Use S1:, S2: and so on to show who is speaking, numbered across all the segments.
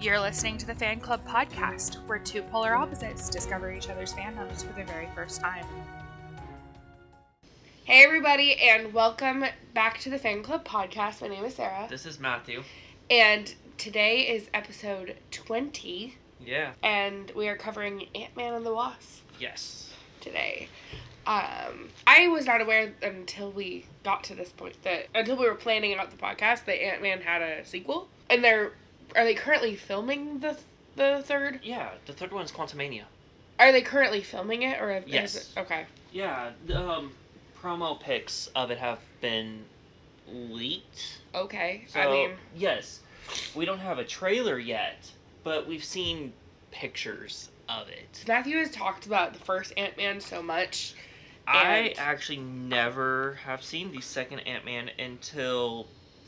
S1: You're listening to the Fan Club Podcast, where two polar opposites discover each other's fandoms for the very first time.
S2: Hey, everybody, and welcome back to the Fan Club podcast. My name is Sarah,
S3: This is Matthew.
S2: and today is episode 20,
S3: Yeah.
S2: and we are covering Ant Man and the Wasp
S3: Yes.
S2: today. Um, I was not aware until we got to this point that until we were planning out the podcast that Ant Man had a sequel, and they're are they currently filming the the third?
S3: Yeah. The third one's Quantumania.
S2: Are they currently filming it or have,
S3: Yes.
S2: Is it, okay.
S3: Yeah. The, um, promo pics of it have been leaked.
S2: Okay.
S3: So,
S2: I mean,
S3: yes, we don't have a trailer yet, but we've seen pictures of it.
S2: Matthew has talked about the first Ant Man so much.
S3: I
S2: And-
S3: actually never have seen the second Ant Man until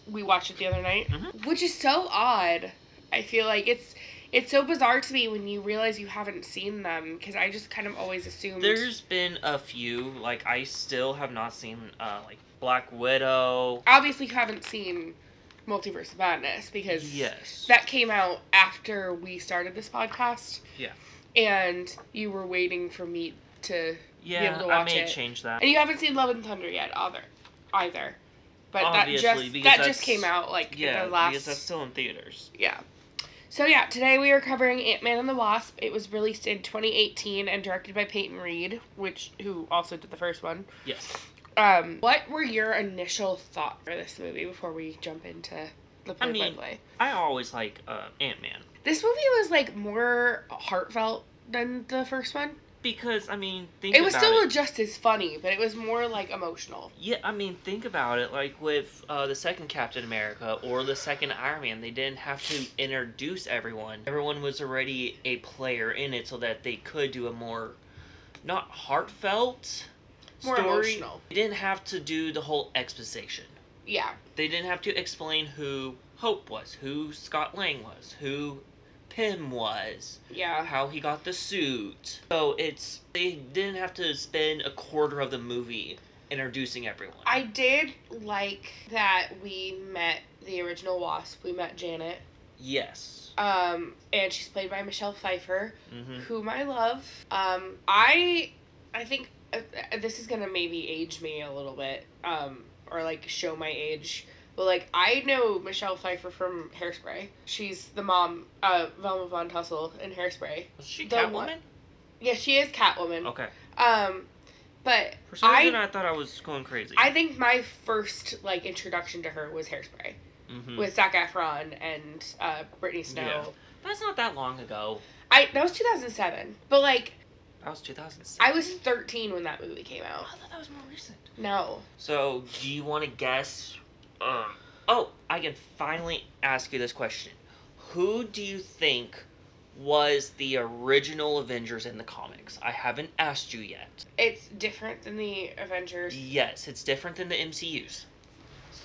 S2: we watched it the other night,
S3: Mhm.
S2: which is so odd. I feel like it's it's so bizarre to me when you realize you haven't seen them because I just kind of always assumed.
S3: there's been a few. Like I still have not seen uh, like Black Widow.
S2: obviously you haven't seen Multiverse of Madness because
S3: Yes.
S2: that came out after we started this podcast.
S3: Yeah.
S2: and you were waiting for me to,
S3: yeah,
S2: able to
S3: I
S2: watch
S3: may
S2: it.
S3: change that.
S2: and you haven't seen Love and Thunder yet either, either. But
S3: Obviously,
S2: that just
S3: because
S2: that just
S3: that's-
S2: came out like
S3: Yeah,
S2: the last
S3: because that's still in theaters.
S2: Yeah. So yeah, today we are covering Ant Man and the Wasp. It was released in 2018 and directed by Peyton Reed, which who also did the first one.
S3: Yes.
S2: Um, what were your initial thoughts for this movie before we jump into the play by
S3: mean-
S2: play?
S3: I always like uh, Ant Man
S2: This movie was like more heartfelt than the first one.
S3: because I mean, think
S2: It was
S3: about
S2: still
S3: it.
S2: just as funny, but it was more like emotional.
S3: Yeah, I mean, think about it. Like with uh, the second Captain America or the second Iron Man, they didn't have to introduce everyone. Everyone was already a player in it, so that they could do a more not heartfelt
S2: More
S3: story.
S2: emotional.
S3: They didn't have to do the whole exposition.
S2: Yeah.
S3: They didn't have to explain who Hope was, who Scott Lang was, who Pym was.
S2: Yeah.
S3: how he got the suit. So it's they didn't have to spend a quarter of the movie introducing everyone.
S2: I did like that we met the original Wasp. We met Janet.
S3: yes.
S2: um, and she's played by Michelle Pfeiffer,
S3: hmm
S2: whom I love. Um, I, I think uh, uh, this is gonna maybe age me a little bit, um, or like show my age. But like I know Michelle Pfeiffer from Hairspray. She's the mom of Velma Von Tussle in Hairspray.
S3: Was she
S2: The
S3: Catwoman?
S2: one- Yeah, she is Catwoman.
S3: Okay.
S2: Um, but
S3: For some
S2: I-
S3: reason, I, thought I was going crazy.
S2: I think my first like introduction to her was Hairspray
S3: Mhm.
S2: with Zac Efron and uh, Brittany Snow.
S3: Yeah. That's not that long ago.
S2: I that was two thousand seven. But like
S3: That was 2006.
S2: I was 13 when that movie came
S3: Oh,
S2: out.
S3: I thought that was more recent.
S2: No.
S3: So, do you want to guess? Uh, oh, I can finally ask you this question. Who do you think was the original Avengers in the comics? I haven't asked you yet.
S2: It's different than the Avengers.
S3: Yes, it's different than the MCU's.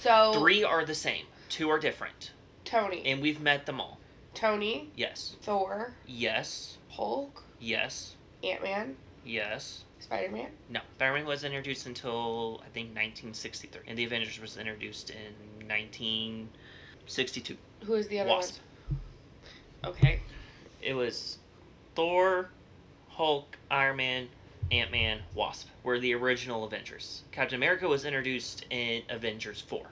S2: So
S3: Three are the same, two are different.
S2: Tony.
S3: And we've met them all.
S2: Tony,
S3: Yes.
S2: Thor,
S3: Yes.
S2: Hulk,
S3: Yes.
S2: Ant-Man,
S3: Yes.
S2: Spider-Man.
S3: No. Spider Man was introduced until, I think, 1963. And the Avengers was introduced in 1962.
S2: Who is the other
S3: Wasp.
S2: one? Okay.
S3: It was Thor, Hulk, Iron Man, Ant Man, Wasp were the original Avengers. Captain America was introduced in Avengers 4.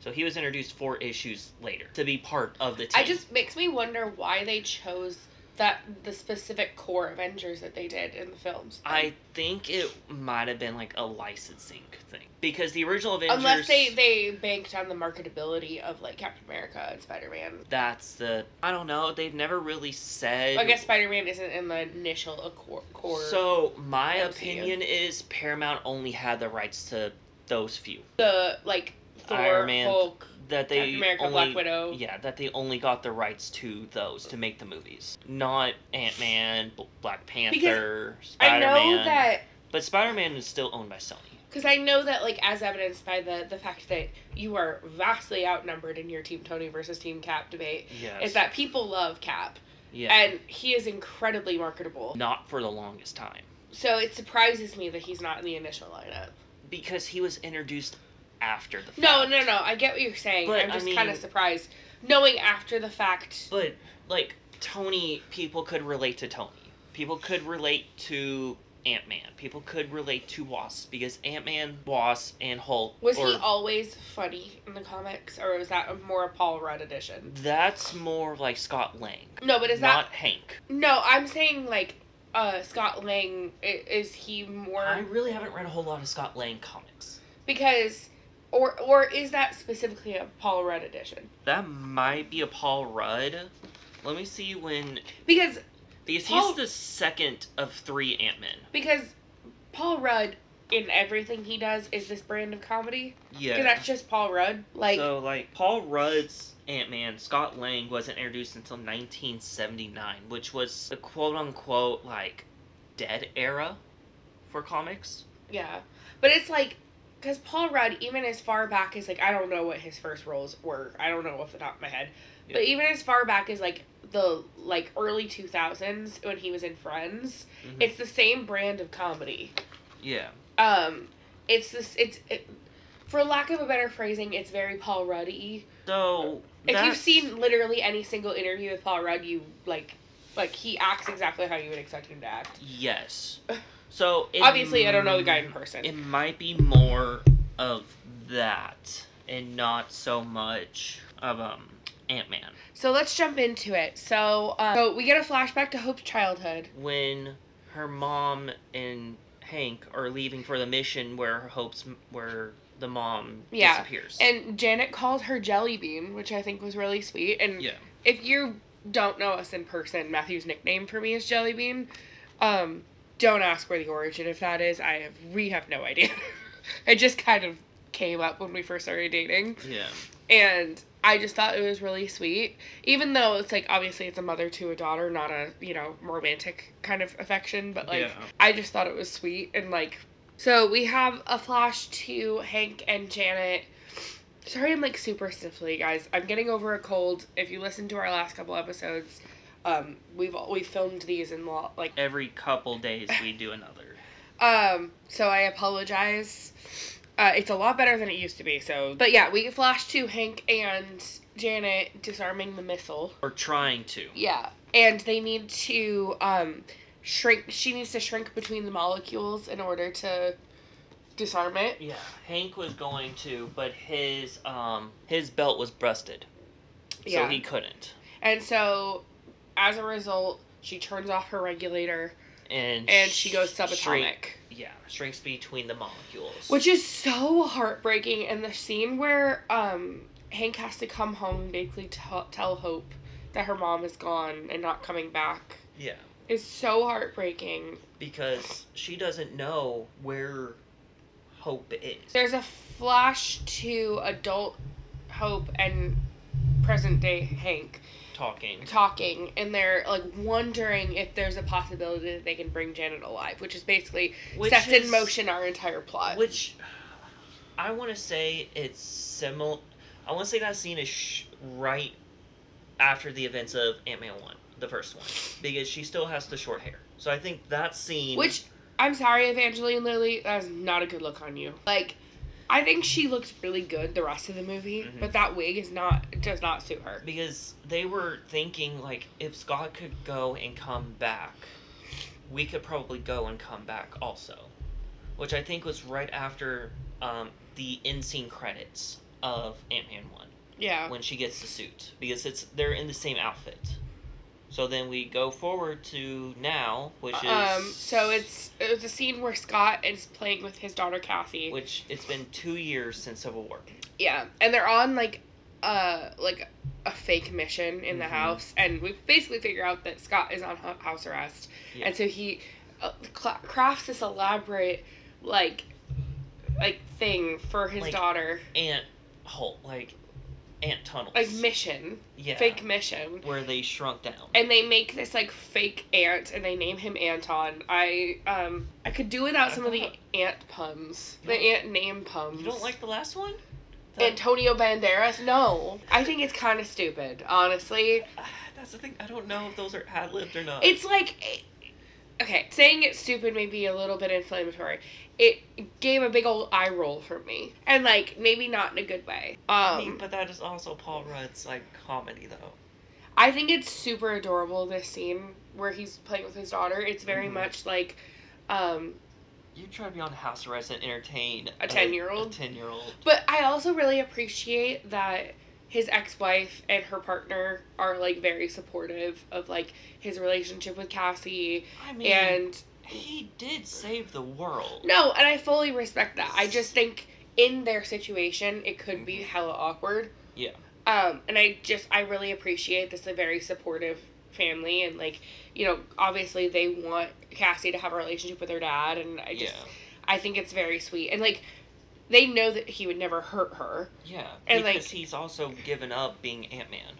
S3: So he was introduced four issues later to be part of the team.
S2: I just makes me wonder why they chose that the specific core Avengers that they did in the films.
S3: I think it might have been like a licensing thing because the original Avengers.
S2: Unless they they banked on the marketability of like Captain America and Spider-Man.
S3: That's the. I don't know. They've never really said.
S2: I guess Spider-Man isn't in the initial uh, core. core.
S3: So my
S2: MCU.
S3: opinion is Paramount only had the rights to those few
S2: the like Thor,
S3: Iron Man,
S2: Hulk,
S3: that they
S2: Captain America,
S3: only.
S2: Black Widow.
S3: Yeah, that they only got the rights to those to make the movies, not Ant Man, Black Panther,
S2: I
S3: Spider Man.
S2: know that
S3: But Spider Man is still owned by Sony.
S2: because I know that like as evidenced by the the fact that you are vastly outnumbered in your Team Tony versus Team Cap debate
S3: Yes.
S2: is that people love Cap
S3: Yeah.
S2: and he is incredibly marketable.
S3: not for the longest time.
S2: So it surprises me that he's not in the initial lineup.
S3: because he was introduced after the fact.
S2: No, no, no. I get what you're saying.
S3: But,
S2: I'm
S3: I
S2: just
S3: mean-
S2: kind of surprised knowing after the fact
S3: But like Tony, people could relate to Tony. People could relate to Ant Man. People could relate to Wasp because Ant Man, Wasp, and Hulk.
S2: Was he
S3: or-
S2: always funny in the comics, or was that more a Paul Rudd edition?
S3: That's more like Scott Lang,
S2: No, but is
S3: not
S2: that
S3: Hank.
S2: no? I'm saying like uh, Scott Lang. i- Is he more
S3: I really haven't read a whole lot of Scott Lang comics.
S2: because, or or is that specifically a Paul Rudd edition?
S3: That might be a Paul Rudd. Let me see when
S2: Because
S3: because
S2: Paul-
S3: he's the second of three Ant Men.
S2: because Paul Rudd in everything he does is this brand of comedy.
S3: Yeah.
S2: Because that's just Paul Rudd. Like
S3: so like Paul Rudd's Ant Man, Scott Lang wasn't introduced until 1979, which was the quote unquote like dead era for comics.
S2: yeah, but it's like because Paul Rudd, even as far back as like I don't know what his first roles were. I don't know off the top of my head.
S3: Yeah.
S2: But even as far back as like the like early two thousands when he was in Friends,
S3: Mhm.
S2: it's the same brand of comedy.
S3: yeah,
S2: Um, it's this it's it, for lack of a better phrasing, it's very Paul Ruddy.
S3: so
S2: If you've
S3: that's-
S2: seen literally any single interview with Paul Rudd, you like like he acts exactly how you would expect him to act.
S3: yes, so it
S2: Obviously, I don't know the guy in
S3: m-
S2: person.
S3: It might be more of that and not so much of um Ant Man.
S2: So let's jump into it. So um, so we get a flashback to Hope's childhood.
S3: when her mom and Hank are leaving for the mission where her hopes where the mom
S2: Yeah,
S3: disappears.
S2: And Janet called her Jelly Bean, which I think was really sweet. And
S3: yeah.
S2: if you don't know us in person, Matthew's nickname for me is Jellybean. Um, don't ask where the origin of that is. I have we have no idea. it just kind of came up when we first started dating,
S3: Yeah.
S2: and I just thought it was really sweet. Even though it's like obviously it's a mother to a daughter, not a you know romantic kind of affection, but like
S3: yeah.
S2: I just thought it was sweet and like so we have a flash to Hank and Janet. Sorry I'm like super sniffly, guys. I'm getting over a cold. If you listen to our last couple episodes, um we've we filmed these in lo- like
S3: Every couple days we do another.
S2: um so I apologize. Uh, it's a lot better than it used to be. So, but yeah, we flash to Hank and Janet disarming the missile.
S3: Or trying to.
S2: Yeah. And they need to um shrink she needs to shrink between the molecules in order to disarm it.
S3: Yeah. Hank was going to, but his um his belt was busted.
S2: Yeah.
S3: So he couldn't.
S2: And so as a result, she turns off her regulator
S3: And
S2: and she goes
S3: sh-
S2: subatomic.
S3: shrink- yeah, shrinks between the molecules.
S2: Which is so heartbreaking and the scene where um Hank has to come home and basically tell tell Hope that her mom is gone and not coming back
S3: yeah.
S2: is so heartbreaking.
S3: Because she doesn't know where hope is.
S2: There's a flash to adult Hope and present day Hank
S3: Talking.
S2: talking, and they're like wondering if there's a possibility that they can bring Janet alive, which is basically
S3: Which
S2: sets in
S3: is-
S2: motion our entire plot.
S3: Which I want to say it's similar. I want to say that scene is sh- right after the events of Ant Man one, the first one, because she still has the short hair. So I think that scene.
S2: Which I'm sorry, Evangeline Lilly, that's not a good look on you. Like, I think she looks really good the rest of the movie,
S3: Mhm.
S2: but that wig is not does not suit her.
S3: because they were thinking like if Scott could go and come back, we could probably go and come back also, which I think was right after um, the end scene credits of Ant Man one.
S2: Yeah.
S3: when she gets the suit because it's they're in the same outfit. So then we go forward to now, which is
S2: Um. So it's it was a scene where Scott is playing with his daughter Kathy.
S3: which it's been two years since Civil War.
S2: Yeah, and they're on like uh like a fake mission in the
S3: Mhm.
S2: house, and we basically figure out that Scott is on hu- house arrest,
S3: Yeah.
S2: and so he uh, cla crafts this elaborate like like thing for his
S3: Like-
S2: daughter,
S3: Ant Hulk, like ant tunnels,
S2: like mission,
S3: yeah,
S2: fake mission,
S3: where they shrunk down.
S2: and they make this like fake ant, and they name him Anton. I um I could do without some of the
S3: thought-
S2: ant puns, the
S3: don't-
S2: ant name puns.
S3: you don't like the last one? That-
S2: Antonio Banderas? No, I think it's kind of stupid, honestly.
S3: Ah, that's the thing. I don't know if those are ad libbed or not.
S2: It's like, eh, okay, saying it's stupid may be a little bit inflammatory. It gave a big old eye roll for me, and like maybe not in a good way. Um,
S3: I mean, but that is also Paul Rudd's like comedy though.
S2: I think it's super adorable this scene where he's playing with his daughter. It's very
S3: Mhm.
S2: much like um
S3: You try to be on house arrest and entertain
S2: A 10-year-old?
S3: ten year old.
S2: but I also really appreciate that his ex-wife and her partner are like very supportive of like his relationship with Cassie
S3: I mean,
S2: and
S3: he did save the world.
S2: no, and I fully respect that. I just think in their situation it could be
S3: Mhm.
S2: hella awkward.
S3: Yeah.
S2: Um and I just I really appreciate this a very supportive family and like you know obviously they want Cassie to have a relationship with her dad and I just
S3: yeah,
S2: I think it's very sweet. And like they know that he would never hurt her.
S3: yeah.
S2: and,
S3: because
S2: like-
S3: he's also given up being Ant Man.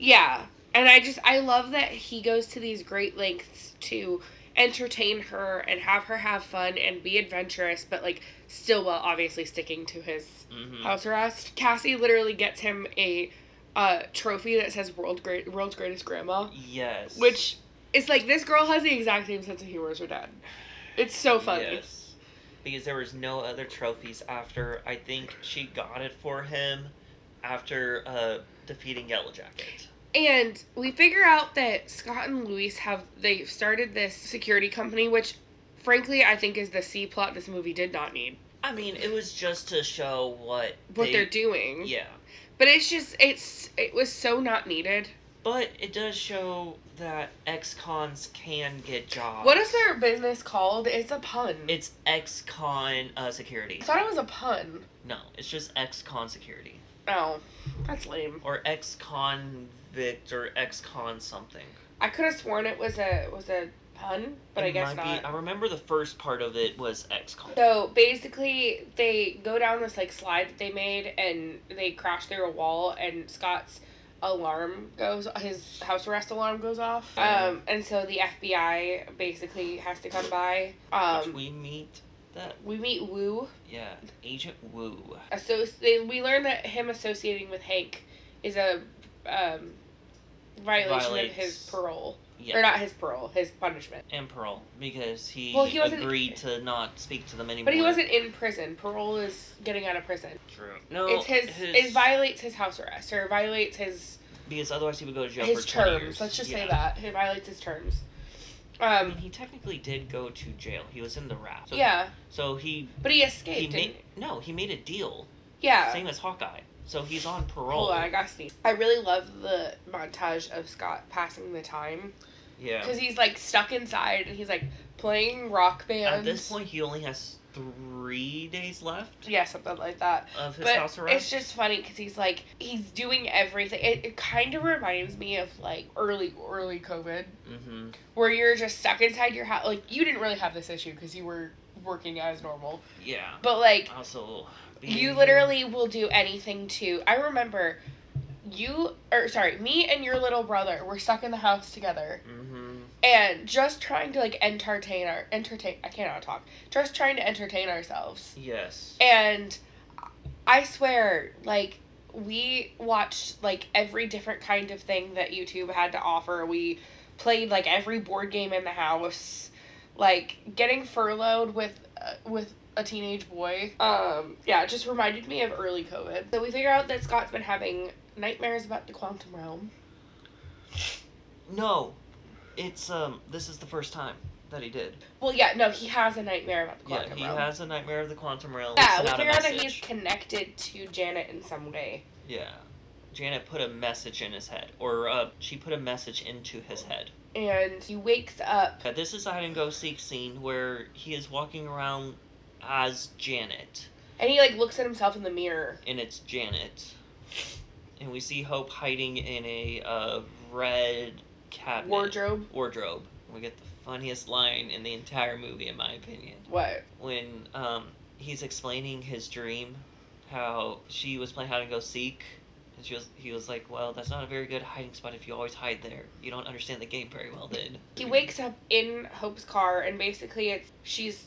S2: Yeah. And I just I love that he goes to these great lengths to entertain her and have her have fun and be adventurous, but like still while obviously sticking to his
S3: Mm-hmm.
S2: house arrest. Cassie literally gets him a uh, trophy that says world great world's greatest grandma,
S3: Yes.
S2: which it's like this girl has the exact same sense of humor as her dad. It's so funny.
S3: Yes. Because there was no other trophies after. I think she got it for him after uh, defeating Yellow Jacket.
S2: And we figure out that Scott and Luis have they've started this security company, which frankly I think is the C plot this movie did not need.
S3: I mean, it was just to show what
S2: What
S3: they,
S2: they, are doing.
S3: Yeah,
S2: But it's just it's it was so not needed.
S3: but it does show that ex-cons can get jobs.
S2: What is their business called? It's a pun.
S3: It's ex-con uh, security.
S2: I thought it was a pun.
S3: No, it's just ex-con security
S2: Oh, that's lame.
S3: or ex-convict or ex-con something.
S2: I could have sworn it was a was a pun, but I
S3: It
S2: guess
S3: might
S2: not.
S3: Be, I remember the first part of it was ex-con.
S2: So basically, they go down this like slide that they made, and they crash through a wall, and Scott's alarm goes, his house arrest alarm goes off, um, and so the FBI basically has to come by.
S3: which
S2: Um,
S3: we meet that
S2: we meet Wu.
S3: yeah Agent Wu.
S2: Associ- they- we learn that him associating with Hank is a um, violation
S3: Violates-
S2: of his parole,
S3: Yeah,
S2: or not his parole, his punishment.
S3: and Pearl because he,
S2: Well, he wasn't-
S3: agreed to not speak to them anymore.
S2: But he wasn't in prison. Parole is getting out of prison.
S3: True. No,
S2: It's his, It violates his house arrest or violates his
S3: because otherwise he would go to jail
S2: his
S3: for 20
S2: terms.
S3: years.
S2: Let's just
S3: Yeah.
S2: say that he violates his terms.
S3: I mean,
S2: Um,
S3: he technically did go to jail. He was in the raft. So,
S2: yeah,
S3: So he
S2: but he
S3: he
S2: escaped.
S3: made
S2: and,
S3: no he made a deal.
S2: yeah.
S3: Same as Hawkeye. So he's on parole.
S2: Hold on, I got sneeze. I really love the montage of Scott passing the time
S3: yeah.
S2: because he's like stuck inside and he's like playing rock band.
S3: At this point, he only has three days left
S2: yeah, something like that.
S3: of his
S2: but
S3: house arrest.
S2: it's just funny because he's like he's doing everything. It, it kind of reminds me of like early early COVID
S3: hmm
S2: where you're just stuck inside your house. Like you didn't really have this issue because you were working as normal,
S3: Yeah.
S2: but like
S3: Oh, Also,
S2: you
S3: being-
S2: literally will do anything to. I remember you or sorry, me and your little brother were stuck in the house together
S3: Mhm.
S2: and just trying to like entertain our entertain. I cannot talk. Just trying to entertain ourselves.
S3: Yes.
S2: And I swear, like, we watched like every different kind of thing that YouTube had to offer. We played like every board game in the house. Like getting furloughed with uh, with a teenage boy. Um, yeah, it just reminded me of early COVID. So we figure out that Scott's been having nightmares about the quantum realm.
S3: No, it's um. This is the first time that he did.
S2: Well, yeah, no, he has a nightmare about the quantum
S3: yeah, he
S2: realm.
S3: has a nightmare of the quantum realm.
S2: yeah,
S3: sent
S2: we
S3: out a
S2: figure out that
S3: message.
S2: he's connected to Janet in some way.
S3: Yeah, Janet put a message in his head, or uh, she put a message into his head.
S2: And he wakes up
S3: Uh, This is a hide and go seek scene where he is walking around as Janet,
S2: And he like looks at himself in the mirror.
S3: and it's Janet, and we see Hope hiding in a uh, red cabinet
S2: Wardrobe.
S3: Wardrobe. We get the funniest line in the entire movie, in my opinion.
S2: What?
S3: when um, he's explaining his dream, how she was playing hide and go seek, and she was he was like, "Well, that's not a very good hiding spot if you always hide there. You don't understand the game very well." Then
S2: He wakes up in Hope's car and basically it's she's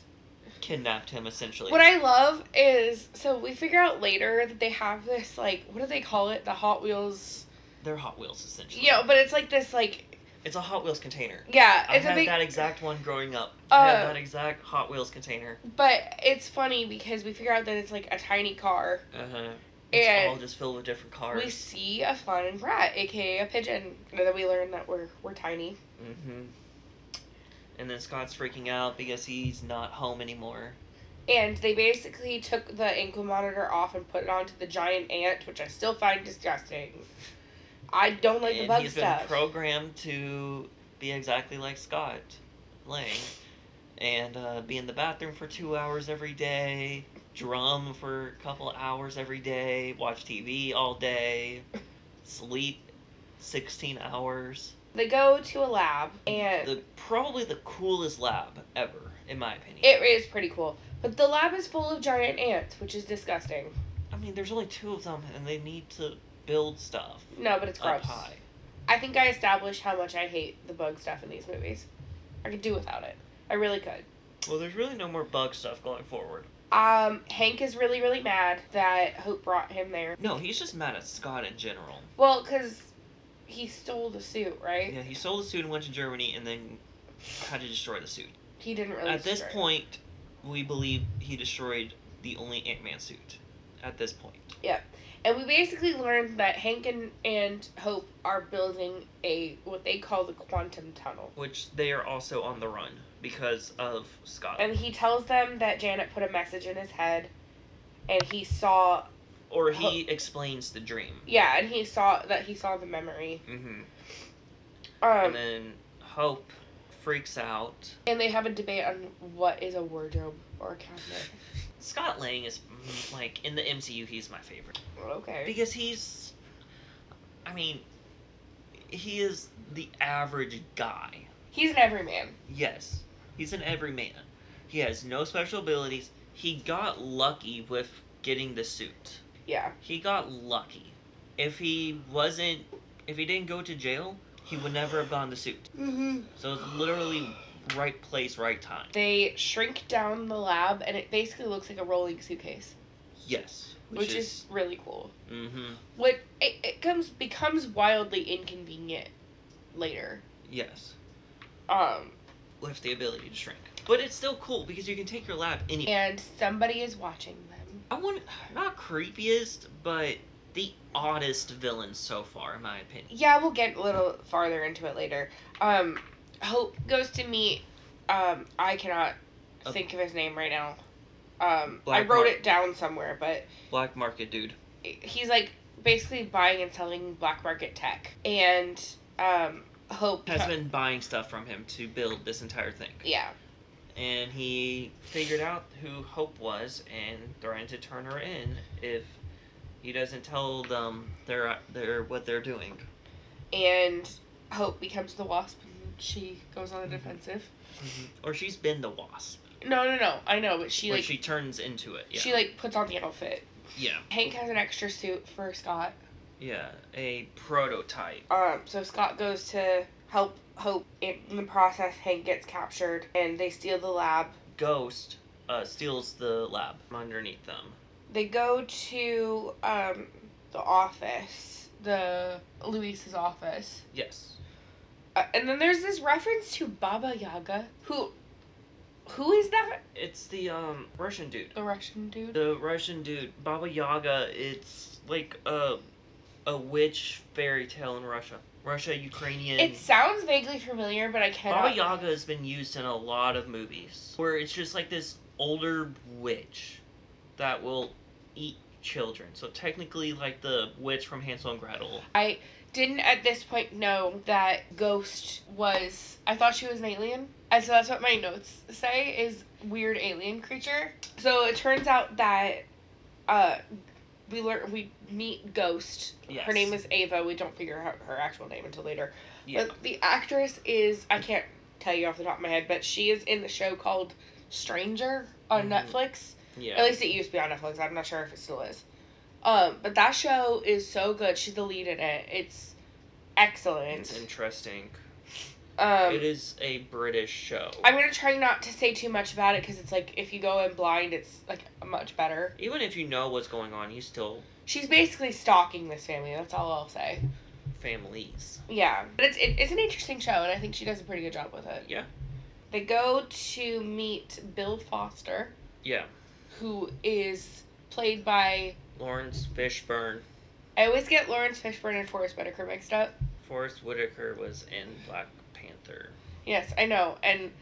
S3: kidnapped him essentially.
S2: what I love is so we figure out later that they have this like what do they call it? The Hot Wheels
S3: They're Hot Wheels essentially.
S2: Yeah, but it's like this like
S3: it's a Hot Wheels container.
S2: yeah,
S3: I
S2: it's a
S3: had
S2: big
S3: that exact one growing up. I had
S2: Uh,
S3: that exact Hot Wheels container.
S2: but it's funny because we figure out that it's like a tiny car
S3: Uh huh. It's all
S2: and
S3: just filled with different cars.
S2: we see a fun brat, aka a pigeon. And then we learn that we're we're tiny.
S3: hmm And then Scott's freaking out because he's not home anymore.
S2: And they basically took the ankle monitor off and put it onto the giant ant, which I still find disgusting. I don't like the
S3: and
S2: bug
S3: he's
S2: stuff.
S3: been programmed to be exactly like Scott, Lang, and uh, be in the bathroom for two hours every day, drum for a couple hours every day, watch TV all day, sleep sixteen hours.
S2: they go to a lab and
S3: The probably the coolest lab ever, in my opinion.
S2: it is pretty cool. But the lab is full of giant ants, which is disgusting.
S3: I mean, there's only two of them, and they need to build stuff
S2: No, but it's
S3: up
S2: gross.
S3: high.
S2: I think I established how much I hate the bug stuff in these movies. I could do without it. I really could.
S3: Well, there's really no more bug stuff going forward.
S2: Um, Hank is really, really mad that Hope brought him there.
S3: No, he's just mad at Scott in general.
S2: Well, because he stole the suit, right?
S3: Yeah, he sold the suit and went to Germany and then had to destroy the suit.
S2: He didn't really.
S3: At this
S2: destroy it.
S3: point, we believe he destroyed the only Ant Man suit. At this point.
S2: And we basically learned that Hank and, and Hope are building a what they call the quantum tunnel.
S3: Which they are also on the run because of Scott.
S2: And he tells them that Janet put a message in his head and he saw
S3: or he explains the dream.
S2: yeah, and he saw that he saw the memory.
S3: hmm
S2: Um
S3: And then Hope freaks out.
S2: and they have a debate on what is a wardrobe or a cabinet.
S3: Scott Lang is mm, like in the MCU. He's my favorite
S2: Okay.
S3: because he's, I mean, he is the average guy.
S2: He's an everyman.
S3: Yes, he's an everyman. He has no special abilities. He got lucky with getting the suit.
S2: Yeah.
S3: He got lucky. If he wasn't, if he didn't go to jail, he would never have gotten the suit.
S2: Mm-hmm.
S3: So it's literally right place, right time.
S2: They shrink down the lab and it basically looks like a rolling suitcase,
S3: Yes,
S2: which, is, really cool.
S3: Mm-hmm.
S2: What it, it comes becomes wildly inconvenient later.
S3: Yes,
S2: Um
S3: with the ability to shrink. But it's still cool because you can take your lab anywhere.
S2: and somebody is watching them.
S3: I want not creepiest, but the oddest villain so far, in my opinion.
S2: Yeah, we'll get a little farther into it later. Um Hope goes to meet um I cannot
S3: A-
S2: think of his name right now. Um I
S3: Black
S2: wrote
S3: Mark.
S2: it down somewhere, but
S3: Black market dude.
S2: he's like basically buying and selling black market tech and um hope
S3: has been buying stuff from him to build this entire thing.
S2: yeah
S3: And he figured out who Hope was and threatened to turn her in if he doesn't tell them they're, they're what they're doing.
S2: and hope becomes the wasp and she goes on the
S3: Mhm.
S2: defensive
S3: Or she's been the wasp.
S2: no no no i know but Mm-hmm. she
S3: Where
S2: like
S3: she turns into it. Yeah.
S2: she like puts on the outfit
S3: yeah.
S2: hank has an extra suit for scott
S3: Yeah. A prototype.
S2: um so scott goes to help hope in in the process hank gets captured and they steal the lab
S3: Ghost uh, steals the lab from underneath them.
S2: they go to um the office the luis's office
S3: Yes.
S2: Uh, and then there's this reference to Baba Yaga. Who, who is that?
S3: It's the um, Russian dude.
S2: The Russian dude.
S3: The Russian dude, Baba Yaga, it's like a a witch fairy tale in Russia. Russia, Ukrainian.
S2: It sounds vaguely familiar, but I cannot.
S3: Baba Yaga has been used in a lot of movies where it's just like this older witch that will eat children. So technically, like the witch from Hansel and Gretel.
S2: I didn't at this point know that Ghost was. I thought she was an alien, and so that's what my notes say is weird alien creature. So it turns out that, uh, we learn we meet Ghost.
S3: Yes.
S2: Her name is Ava. We don't figure out her actual name until later.
S3: Yeah.
S2: But the actress is I can't tell you off the top of my head, but she is in the show called Stranger on
S3: Mhm.
S2: Netflix.
S3: Yeah.
S2: At least it used to be on Netflix. I'm not sure if it still is. Um, but that show is so good. She's the lead in it. It's excellent.
S3: It's interesting.
S2: Um,
S3: it is a British show.
S2: I'm gonna try not to say too much about it because it's like if you go in blind, it's like much better.
S3: Even if you know what's going on, you still
S2: She's basically stalking this family. That's all I'll say.
S3: families.
S2: Yeah, but it's it, it's an interesting show, and I think she does a pretty good job with it.
S3: Yeah.
S2: They go to meet Bill Foster.
S3: Yeah.
S2: who is played by
S3: Lawrence Fishburne.
S2: I always get Lawrence Fishburne and Forrest Whitaker mixed up.
S3: Forrest Whitaker was in Black Panther.
S2: Yes, I know. And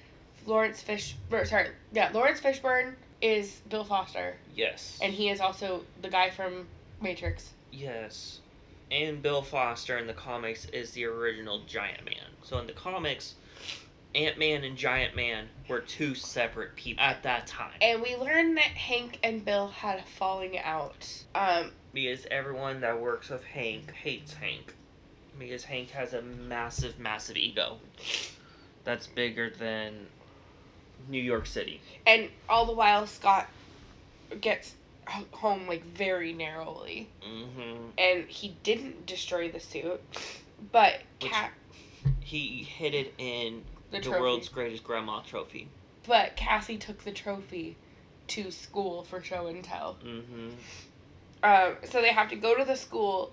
S2: Lawrence Fish, or, sorry, yeah, Lawrence Fishburne is Bill Foster,
S3: Yes.
S2: and he is also the guy from Matrix.
S3: Yes. And Bill Foster in the comics is the original Giant Man. So in the comics, Ant Man and Giant Man were two separate people at that time.
S2: And we learned that Hank and Bill had a falling out. Um,
S3: Because everyone that works with Hank hates Hank. Because Hank has a massive, massive ego. That's bigger than New York City.
S2: and all the while Scott gets h- home like very narrowly,
S3: hmm
S2: and he didn't destroy the suit, but
S3: Which-
S2: Cap
S3: He hid it in
S2: the,
S3: the
S2: trophy.
S3: world's greatest grandma trophy.
S2: But Cassie took the trophy to school for show and tell.
S3: hmm
S2: Um, so they have to go to the school,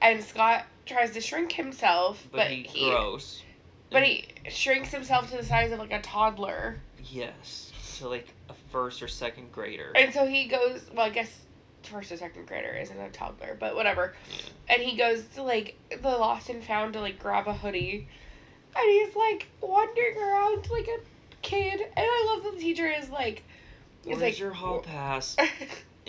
S2: and Scott tries to shrink himself,
S3: But,
S2: but,
S3: he,
S2: he
S3: grows.
S2: but he shrinks himself to the size of like a toddler,
S3: Yes. So like a first or second grader.
S2: and so he goes. Well, I guess first or second grader isn't a toddler, but whatever. And he goes to like the lost and found to like grab a hoodie, and he's like wandering around like a kid. And I love that the teacher is like,
S3: Where's
S2: is like
S3: your hall pass?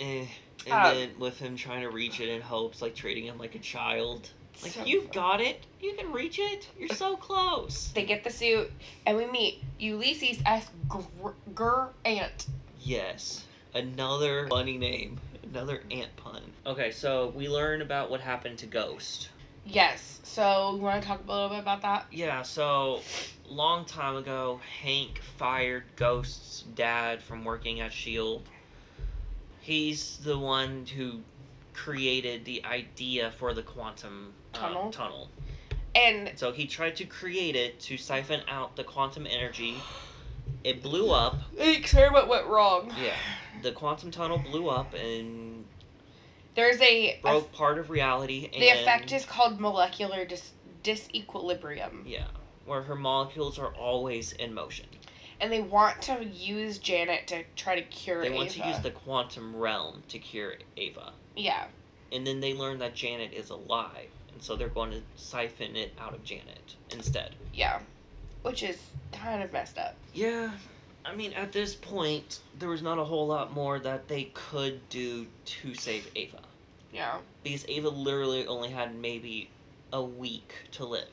S3: Eh. And
S2: Um,
S3: then with him trying to reach it in hopes, like treating him like a child. Like
S2: So
S3: you've
S2: funny.
S3: got it. You can reach it. You're so close.
S2: They get the suit, and we meet Ulysses S. Gr- Gur Ant.
S3: Yes. Another funny name. Another ant pun. Okay, so we learn about what happened to Ghost.
S2: Yes. So you want to talk a little bit about that?
S3: Yeah, so long time ago, Hank fired Ghost's dad from working at Shield. E He's the one who created the idea for the quantum uh,
S2: Tunnel?
S3: tunnel.
S2: And
S3: So he tried to create it to siphon out the quantum energy. It blew up.
S2: the experiment went wrong.
S3: Yeah. The quantum tunnel blew up and
S2: There's a,
S3: broke part of reality. And
S2: the effect is called molecular dis- disequilibrium,
S3: yeah, where her molecules are always in motion.
S2: and they want to use Janet to try to cure.
S3: They want to
S2: Ava.
S3: use the quantum realm to cure Ava.
S2: yeah.
S3: And then they learn that Janet is alive, and so they're going to siphon it out of Janet instead.
S2: Yeah. Which is kind of messed up.
S3: Yeah, I mean, at this point, there was not a whole lot more that they could do to save Ava.
S2: Yeah.
S3: Because Ava literally only had maybe a week to live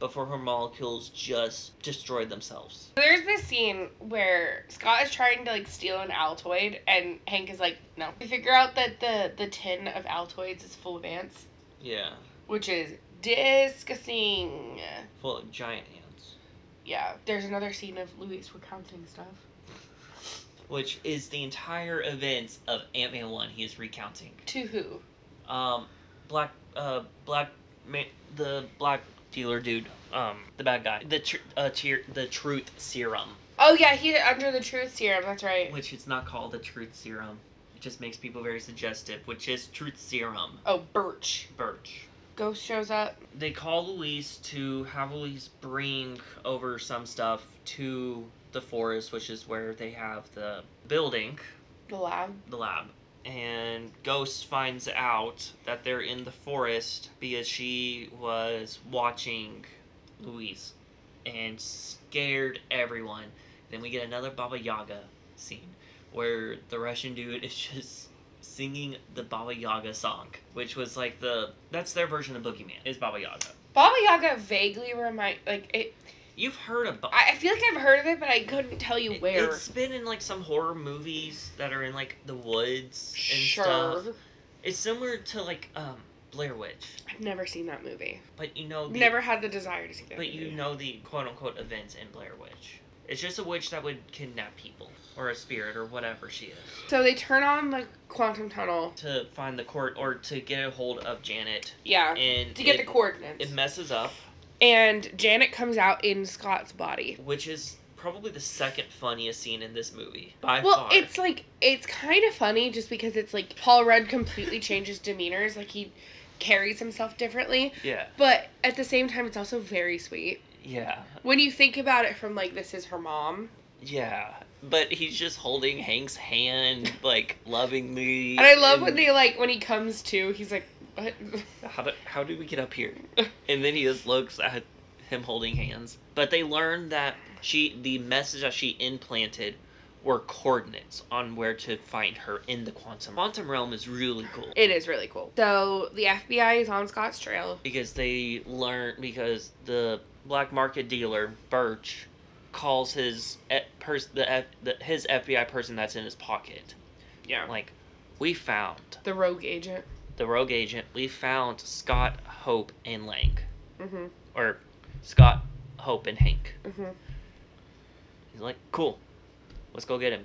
S3: before her molecules just destroyed themselves.
S2: There's this scene where Scott is trying to like steal an Altoid, and Hank is like, "No." We figure out that the the tin of Altoids is full of ants,
S3: Yeah,
S2: which is disgusting.
S3: full of giant ants.
S2: Yeah. There's another scene of Louis recounting stuff.
S3: Which is the entire events of Ant Man 1 he is recounting.
S2: To who?
S3: um black uh black ma- the black dealer dude um the bad guy the tr- uh tier the truth serum
S2: Oh yeah, he under the truth serum. That's right.
S3: which it's not called the truth serum it just makes people very suggestive which is truth serum
S2: Oh, Birch.
S3: birch
S2: Ghost shows up.
S3: they call Luis to have Luis bring over some stuff to the forest which is where they have the building
S2: The lab.
S3: the lab and ghost finds out that they're in the forest because she was watching louise and scared everyone then we get another baba yaga scene where the russian dude is just singing the baba yaga song which was like the that's their version of boogeyman is baba yaga
S2: Baba Yaga vaguely remind like it.
S3: you've heard of Ba-
S2: I, I feel like I've heard of it, but I couldn't tell you
S3: It-
S2: where.
S3: it's been in like some horror movies that are in like the woods and
S2: sure.
S3: stuff It's similar to like um Blair Witch,
S2: I've never seen that movie.
S3: but you know the
S2: Never had the desire to see that.
S3: but you
S2: movie.
S3: know the quote unquote events in Blair Witch. It's just a witch that would kidnap people or a spirit or whatever she is
S2: So they turn on the quantum tunnel.
S3: to find the court or to get a hold of Janet
S2: Yeah.
S3: and
S2: To get
S3: it,
S2: the coordinates.
S3: it messes up,
S2: and Janet comes out in Scott's body.
S3: which is probably the second funniest scene in this movie by
S2: well,
S3: far.
S2: it's like it's kind of funny just because it's like Paul Rudd completely changes demeanors, like he carries himself differently,
S3: yeah,
S2: but at the same time it's also very sweet.
S3: yeah,
S2: When you think about it from like this is her mom,
S3: yeah. but he's just holding Hank's hand like lovingly.
S2: And I love when they like when he comes to, he's like, what?
S3: how do, how did we get up here? And then he just looks at him holding hands. But they learn that she the message that she implanted were coordinates on where to find her in the quantum. Quantum realm is really cool.
S2: It is really cool. So the FBI is on Scott's trail.
S3: because they learn because the black market dealer Birch calls his e- pers- the, F- the his FBI person that's in his pocket
S2: Yeah.
S3: like we found
S2: The rogue agent.
S3: the rogue agent we found Scott Hope and Lang
S2: Mm-hmm.
S3: or Scott Hope and Hank
S2: Mm-hmm.
S3: he's like cool let's go get him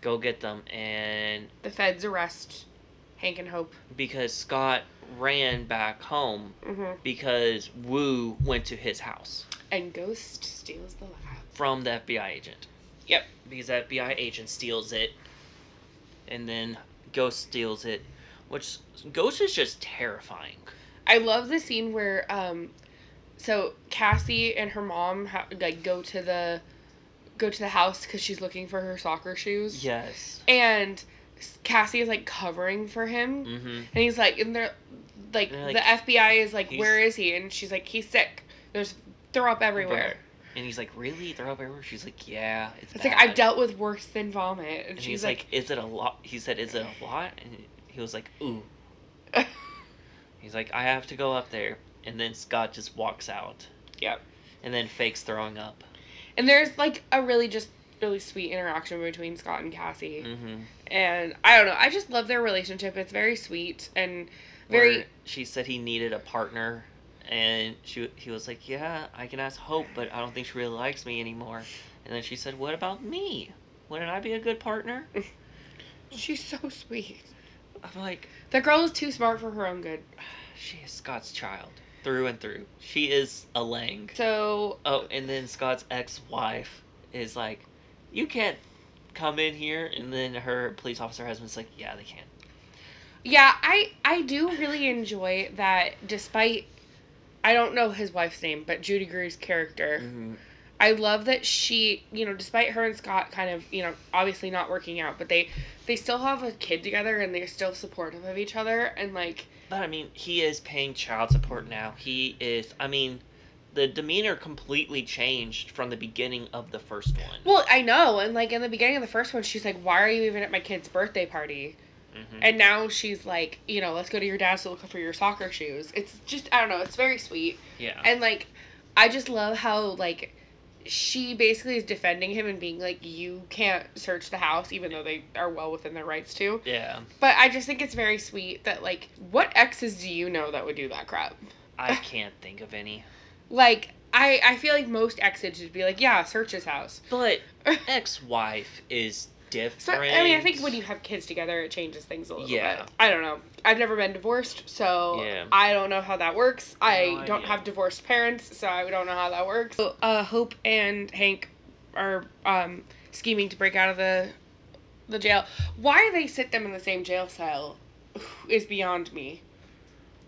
S3: go get them and
S2: The feds arrest Hank and Hope.
S3: because Scott ran back home
S2: Mm-hmm.
S3: because Wu went to his house
S2: And Ghost steals the lab.
S3: from the FBI agent.
S2: Yep.
S3: Because the FBI agent steals it, and then Ghost steals it, which Ghost is just terrifying.
S2: I love the scene where um, so Cassie and her mom ha- like go to the go to the house because she's looking for her soccer shoes.
S3: Yes.
S2: And Cassie is like covering for him,
S3: Mm-hmm.
S2: and he's like, and they're like,
S3: And they're
S2: the FBI is like,
S3: he's-
S2: where is he? And she's like, he's sick. There's throw up everywhere.
S3: And he's like, "Really? Throw up everywhere?" She's like, "Yeah, it's."
S2: It's
S3: bad.
S2: like I've dealt with worse than vomit, and,
S3: And
S2: she's
S3: he's
S2: like,
S3: like, "Is it a lot?" He said, "Is it a lot?" And he was like, "Ooh." He's like, "I have to go up there," and then Scott just walks out.
S2: Yep.
S3: And then fakes throwing up.
S2: and there's like a really just really sweet interaction between Scott and Cassie.
S3: Mm-hmm.
S2: and I don't know. I just love their relationship. It's very sweet and very.
S3: where she said he needed a partner and she he was like yeah i can ask hope but i don't think she really likes me anymore and then she said what about me wouldn't i be a good partner
S2: She's so sweet.
S3: i'm like
S2: That girl is too smart for her own good.
S3: she is scott's child through and through she is a lang
S2: So
S3: oh and then scott's ex-wife is like you can't come in here and then her police officer husband's like yeah they can
S2: yeah, I I do really enjoy that. Despite I don't know his wife's name, but Judy Grew's character.
S3: mm-hmm.
S2: I love that she, you know, despite her and Scott kind of, you know, obviously not working out, but they they still have a kid together and they're still supportive of each other and like
S3: But I mean, he is paying child support now. He is. I mean, the demeanor completely changed from the beginning of the first one.
S2: well, I know, and like in the beginning of the first one, she's like, "Why are you even at my kid's birthday party?"
S3: hmm
S2: And now she's like, you know, let's go to your dad's to look for your soccer shoes. It's just, I don't know, it's very sweet.
S3: Yeah.
S2: And like, I just love how, like, she basically is defending him and being like, you can't search the house, even though they are well within their rights to.
S3: Yeah.
S2: But I just think it's very sweet that, like, what exes do you know that would do that crap?
S3: I can't think of any.
S2: Like, I, I feel like most exes would be like, yeah, search his house.
S3: But ex-wife is different.
S2: So, I mean, I think when you have kids together, it changes things a little
S3: Yeah.
S2: bit. I don't know. I've never been divorced, so
S3: Yeah.
S2: I don't know how that works. I
S3: No
S2: don't
S3: idea.
S2: have divorced parents, so I don't know how that works. So, uh, Hope and Hank are um, scheming to break out of the the jail. Why they sit them in the same jail cell is beyond me.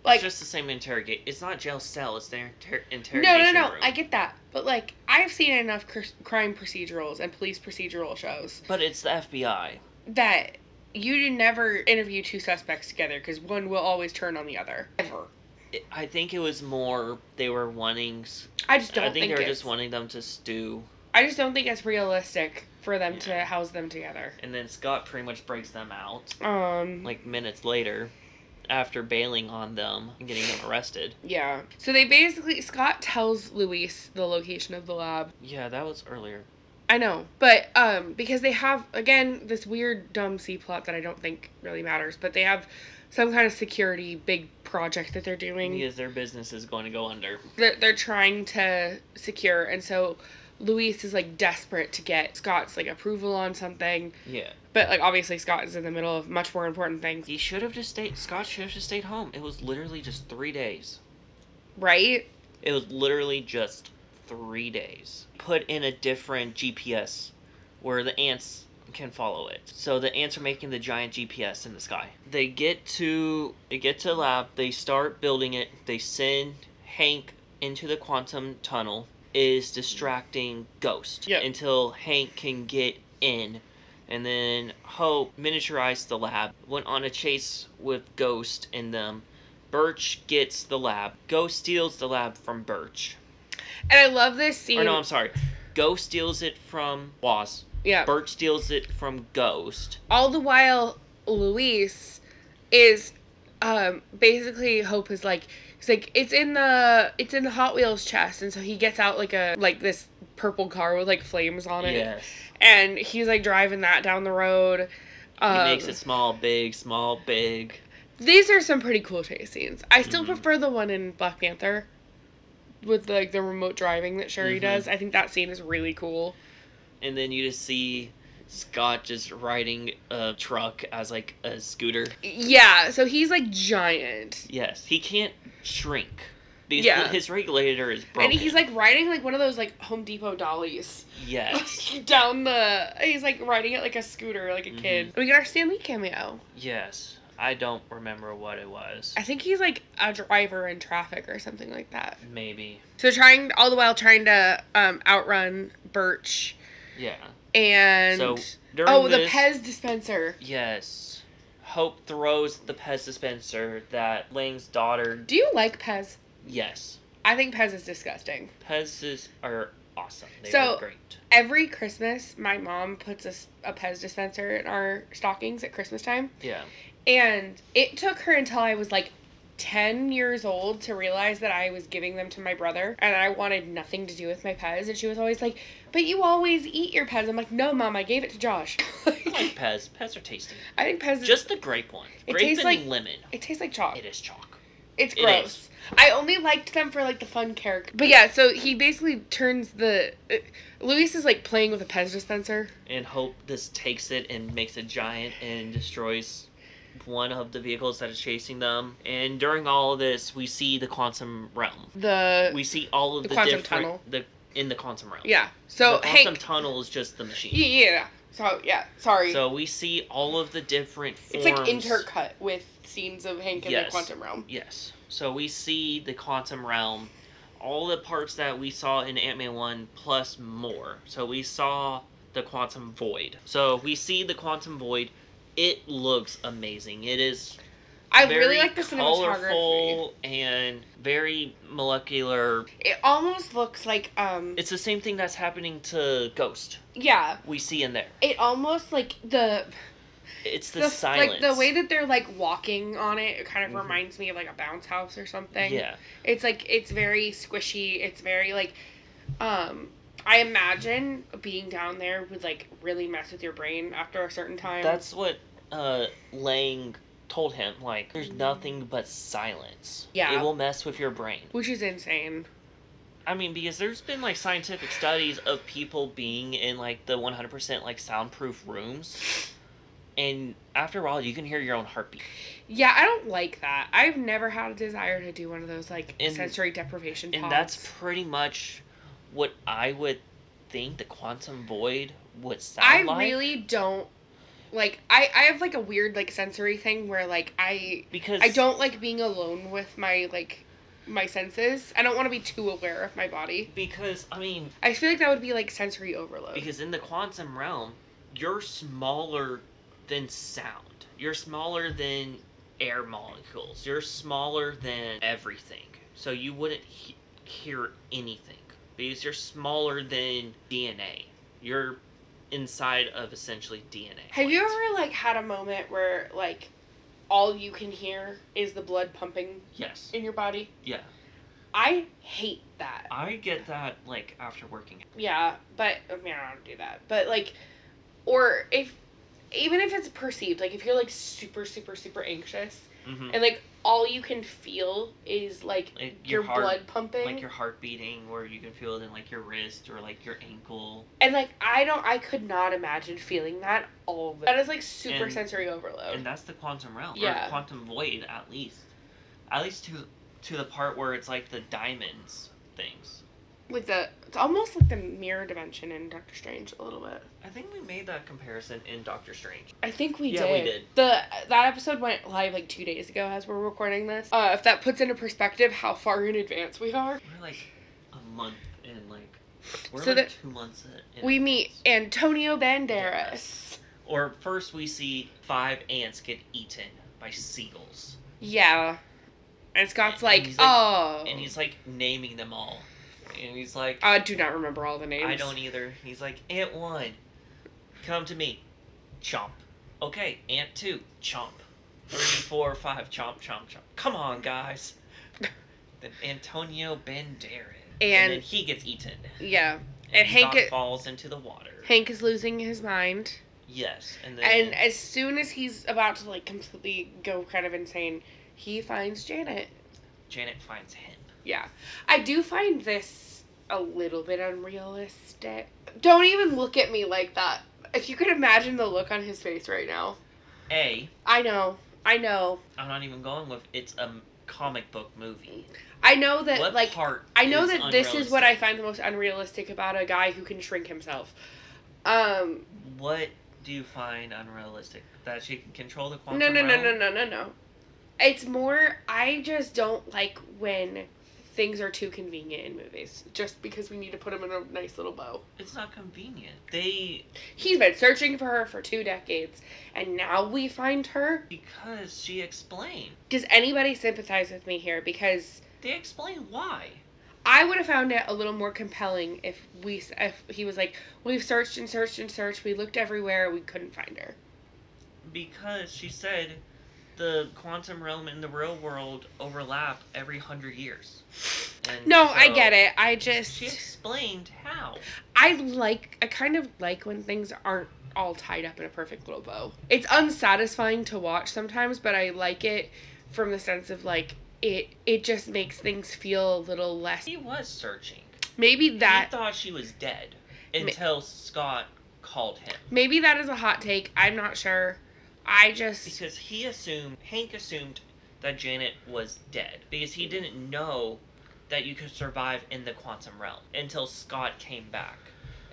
S2: Like,
S3: it's just the same interrogate. It's not jail cell. It's their inter-
S2: no,
S3: interrogation
S2: no, no.
S3: room.
S2: I get that, but like, I've seen enough cr- crime procedurals and police procedural shows
S3: But it's the FBI.
S2: that you never interview two suspects together because one will always turn on the other. Ever.
S3: It- I think it was more they were wanting. s-
S2: I just don't
S3: I think, they were
S2: it's,
S3: just wanting them to stew,
S2: I just don't think it's realistic for them
S3: Yeah.
S2: to house them together.
S3: and then Scott pretty much breaks them out.
S2: Um.
S3: like minutes later after bailing on them and getting them arrested.
S2: Yeah. So they basically Scott tells Luis the location of the lab.
S3: Yeah, that was earlier.
S2: I know, but um, because they have again this weird dumb C plot that I don't think really matters, but they have some kind of security big project that they're doing.
S3: Because their business is going to go under.
S2: that they're trying to secure and so Luis is like desperate to get Scott's like approval on something
S3: Yeah.
S2: but like obviously Scott is in the middle of much more important things
S3: He should have just stayed Scott should have just stayed home. It was literally just three days.
S2: right
S3: It was literally just three days. Put in a different GPS where the ants can follow it. So the ants are making the giant GPS in the sky. They get to they get to the lab, they start building it, they send Hank into the quantum tunnel, is distracting Ghost
S2: Yep.
S3: until Hank can get in, and then Hope miniaturized the lab, went on a chase with Ghost and them. Birch gets the lab. Ghost steals the lab from Birch.
S2: And I love this scene.
S3: Or no, I'm sorry. Ghost steals it from Wasp.
S2: yeah.
S3: Birch steals it from Ghost.
S2: All the while, Luis is um, basically Hope is like he's like it's in the it's in the Hot Wheels chest, and so he gets out like a like this purple car with like flames on it,
S3: Yes.
S2: and he's like driving that down the road.
S3: He
S2: Um,
S3: makes it small, big, small, big.
S2: These are some pretty cool chase scenes. I still
S3: Mhm.
S2: prefer the one in Black Panther with like the remote driving that Sherry
S3: Mhm.
S2: does. I think that scene is really cool.
S3: And then you just see Scott just riding a truck as like a scooter.
S2: Yeah, so he's like giant.
S3: Yes. He can't shrink. Because
S2: Yeah.
S3: his regulator is broken.
S2: And he's like riding like one of those like Home Depot dollies
S3: Yes.
S2: down the. He's like riding it like a scooter, like a
S3: Mhm.
S2: kid. We get our Stan Lee cameo.
S3: yes. I don't remember what it was.
S2: I think he's like a driver in traffic or something like that.
S3: Maybe.
S2: So trying all the while trying to um, outrun Birch
S3: Yeah.
S2: and
S3: so during
S2: oh the
S3: this-
S2: Pez dispenser.
S3: Yes. Hope throws the Pez dispenser that Lang's daughter.
S2: Do you like Pez?
S3: Yes.
S2: I think Pez is disgusting.
S3: Pez's are awesome. They
S2: So-
S3: are great.
S2: Every Christmas, my mom puts a, s- a Pez dispenser in our stockings at Christmas time.
S3: Yeah.
S2: And it took her until I was like 10 years old to realize that I was giving them to my brother and I wanted nothing to do with my Pez. And she was always like, But you always eat your Pez. I'm like, No, mom, I gave it to Josh.
S3: I like Pez. Pez are tasty.
S2: I think Pez is.
S3: Just the grape one.
S2: It
S3: grape
S2: tastes
S3: and
S2: like-
S3: lemon.
S2: it tastes like chalk.
S3: It is chalk.
S2: It's
S3: It
S2: gross.
S3: is.
S2: I only liked them for like the fun character. But yeah, so he basically turns the. Uh, Luis is like playing with a Pez dispenser.
S3: And Hope just takes it and makes it giant and destroys one of the vehicles that is chasing them. And during all of this, we see the quantum realm.
S2: The
S3: We see all of
S2: The
S3: the,
S2: quantum
S3: different
S2: tunnel.
S3: the in the quantum realm.
S2: Yeah. So
S3: the
S2: Hank.
S3: quantum tunnel is just the machine.
S2: Yeah, yeah, yeah. So yeah. Sorry.
S3: So we see all of the different
S2: it's
S3: forms.
S2: like intercut with scenes of Hank in the
S3: Yes.
S2: quantum realm.
S3: Yes. So we see the quantum realm, all the parts that we saw in Ant Man 1, plus more. So we saw the quantum void. So we see the quantum void. It looks amazing. It is
S2: I
S3: very
S2: really like the cinematography.
S3: colorful and very molecular.
S2: It almost looks like um.
S3: It's the same thing that's happening to Ghost.
S2: yeah.
S3: We see in there.
S2: It almost like the
S3: It's the,
S2: the f-
S3: silence.
S2: like the way that they're like walking on it. It kind of
S3: Mhm.
S2: reminds me of like a bounce house or something.
S3: Yeah.
S2: It's like it's very squishy. It's very like um. I imagine being down there would like really mess with your brain after a certain time.
S3: That's what uh, Lang told him. Like, there's nothing but silence.
S2: Yeah.
S3: It will mess with your brain.
S2: which is insane.
S3: I mean, because there's been like scientific studies of people being in like the 100% like soundproof rooms, and after a while, you can hear your own heartbeat.
S2: Yeah, I don't like that. I've never had a desire to do one of those like
S3: And-
S2: sensory deprivation.
S3: And
S2: pods.
S3: that's pretty much what I would think the quantum void would sound
S2: I
S3: like.
S2: really don't like. I I have like a weird like sensory thing where like I
S3: because
S2: I don't like being alone with my like my senses. I don't want to be too aware of my body.
S3: because I mean
S2: I feel like that would be like sensory overload.
S3: Because in the quantum realm, you're smaller than sound. You're smaller than air molecules. You're smaller than everything. So you wouldn't he- hear anything because you're smaller than DNA. You're inside of essentially DNA.
S2: have you
S3: planes.
S2: ever like had a moment where like all you can hear is the blood pumping
S3: Yes.
S2: in your body?
S3: Yeah.
S2: I hate that.
S3: I get that like after working.
S2: Yeah, but I mean, I don't do that. But like, or if even if it's perceived, like if you're like super, super, super anxious,
S3: hmm
S2: and like all you can feel is like
S3: Like,
S2: your,
S3: your heart-
S2: blood pumping,
S3: Like your heart beating, or you can feel it in like your wrist or like your ankle.
S2: and like I don't, I could not imagine feeling that all the. That is like super
S3: And-
S2: sensory overload.
S3: and that's the quantum realm
S2: Yeah.
S3: or quantum void at least at least to to the part where it's like the diamonds things
S2: like the, it's almost like the mirror dimension in Doctor Strange a little bit.
S3: i think we made that comparison in doctor strange
S2: I think we
S3: Yeah,
S2: did.
S3: we did.
S2: The that episode went live like two days ago as we're recording this. Uh, if that puts into perspective how far in advance we are.
S3: we're like a month and like We're
S2: So
S3: like
S2: that-
S3: two months in. in
S2: We meet
S3: advance.
S2: Antonio Banderas.
S3: Or first we see five ants get eaten by seagulls,
S2: Yeah. And Scott's
S3: And-
S2: like,
S3: and he's like-
S2: oh.
S3: and he's like naming them all, and he's like,
S2: I do not remember all the names.
S3: I don't e-, either. He's like, Ant one, come to me, chomp. Okay, Ant two, chomp. Three, four, five, chomp, chomp, chomp. Come on, guys. Then Antonio Banderas,
S2: And-
S3: then he gets eaten,
S2: Yeah.
S3: and,
S2: And Hank
S3: Doc
S2: get-
S3: falls into the water.
S2: Hank is losing his mind.
S3: yes, and then
S2: And as soon as he's about to like completely go kind of insane, he finds Janet.
S3: Janet finds him.
S2: Yeah. I do find this a little bit unrealistic. Don't even look at me like that. If you could imagine the look on his face right now.
S3: A,
S2: I know. I know.
S3: I'm not even going with it's a comic book movie.
S2: I know that
S3: what
S2: like
S3: part?
S2: I know
S3: is
S2: that this is what I
S3: unrealistic?
S2: find the most unrealistic about a guy who can shrink himself. Um
S3: What do you find unrealistic? That she can control the quantum
S2: No, no, no,
S3: realm?
S2: no, no, no, no. It's more. I just don't like when things are too convenient in movies, just because we need to put them in a nice little bow.
S3: It's not convenient. They
S2: He's been searching for her for two decades, and now we find her.
S3: because she explained.
S2: Does anybody sympathize with me here? Because
S3: They explain why.
S2: I would have found it a little more compelling if we if he was like, we've searched and searched and searched, we looked everywhere, we couldn't find her.
S3: Because she said the quantum realm and the real world overlap every hundred years. And
S2: No, I
S3: so
S2: get it. I just
S3: She explained how.
S2: I like I kind of like when things aren't all tied up in a perfect little bow. It's unsatisfying to watch sometimes, but I like it from the sense of like it it just makes things feel a little less
S3: He was searching.
S2: maybe
S3: I
S2: that
S3: thought she was dead
S2: Ma-
S3: until Scott called him.
S2: maybe that is a hot take. I'm not sure. I just
S3: because he assumed Hank assumed that Janet was dead because he didn't know that you could survive in the quantum realm until Scott came back.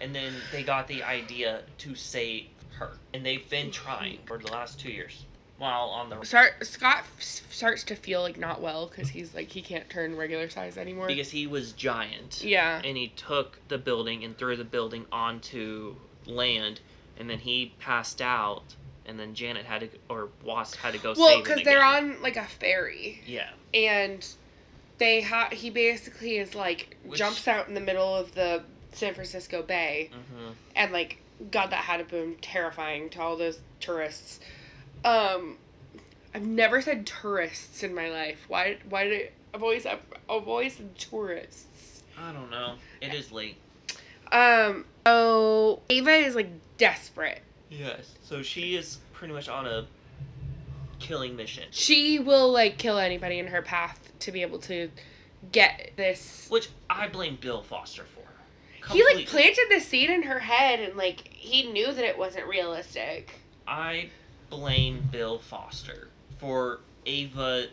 S3: And then they got the idea to save her. And they've been trying for the last 2 years while on the
S2: start Scott f- starts to feel like not well cuz he's like he can't turn regular size anymore.
S3: because he was giant
S2: yeah.
S3: and he took the building and threw the building onto land and then he passed out and then Janet had to or Wasp had to go
S2: Well,
S3: save him
S2: cuz they're
S3: again.
S2: on like a ferry.
S3: Yeah.
S2: and they ha- he basically is like
S3: Which-
S2: jumps out in the middle of the San Francisco Bay
S3: Mhm.
S2: and like God that had a boom terrifying to all those tourists. Um, I've never said tourists in my life. Why? Why did I, I've always I've, I've always said tourists.
S3: I don't know. It is late.
S2: Um. Oh, Ava is like desperate.
S3: Yes. So she is pretty much on a killing mission.
S2: She will like kill anybody in her path to be able to get this
S3: Which I blame Bill Foster for.
S2: He like planted the seed in her head and like he knew that it wasn't realistic.
S3: I blame Bill Foster for Ava.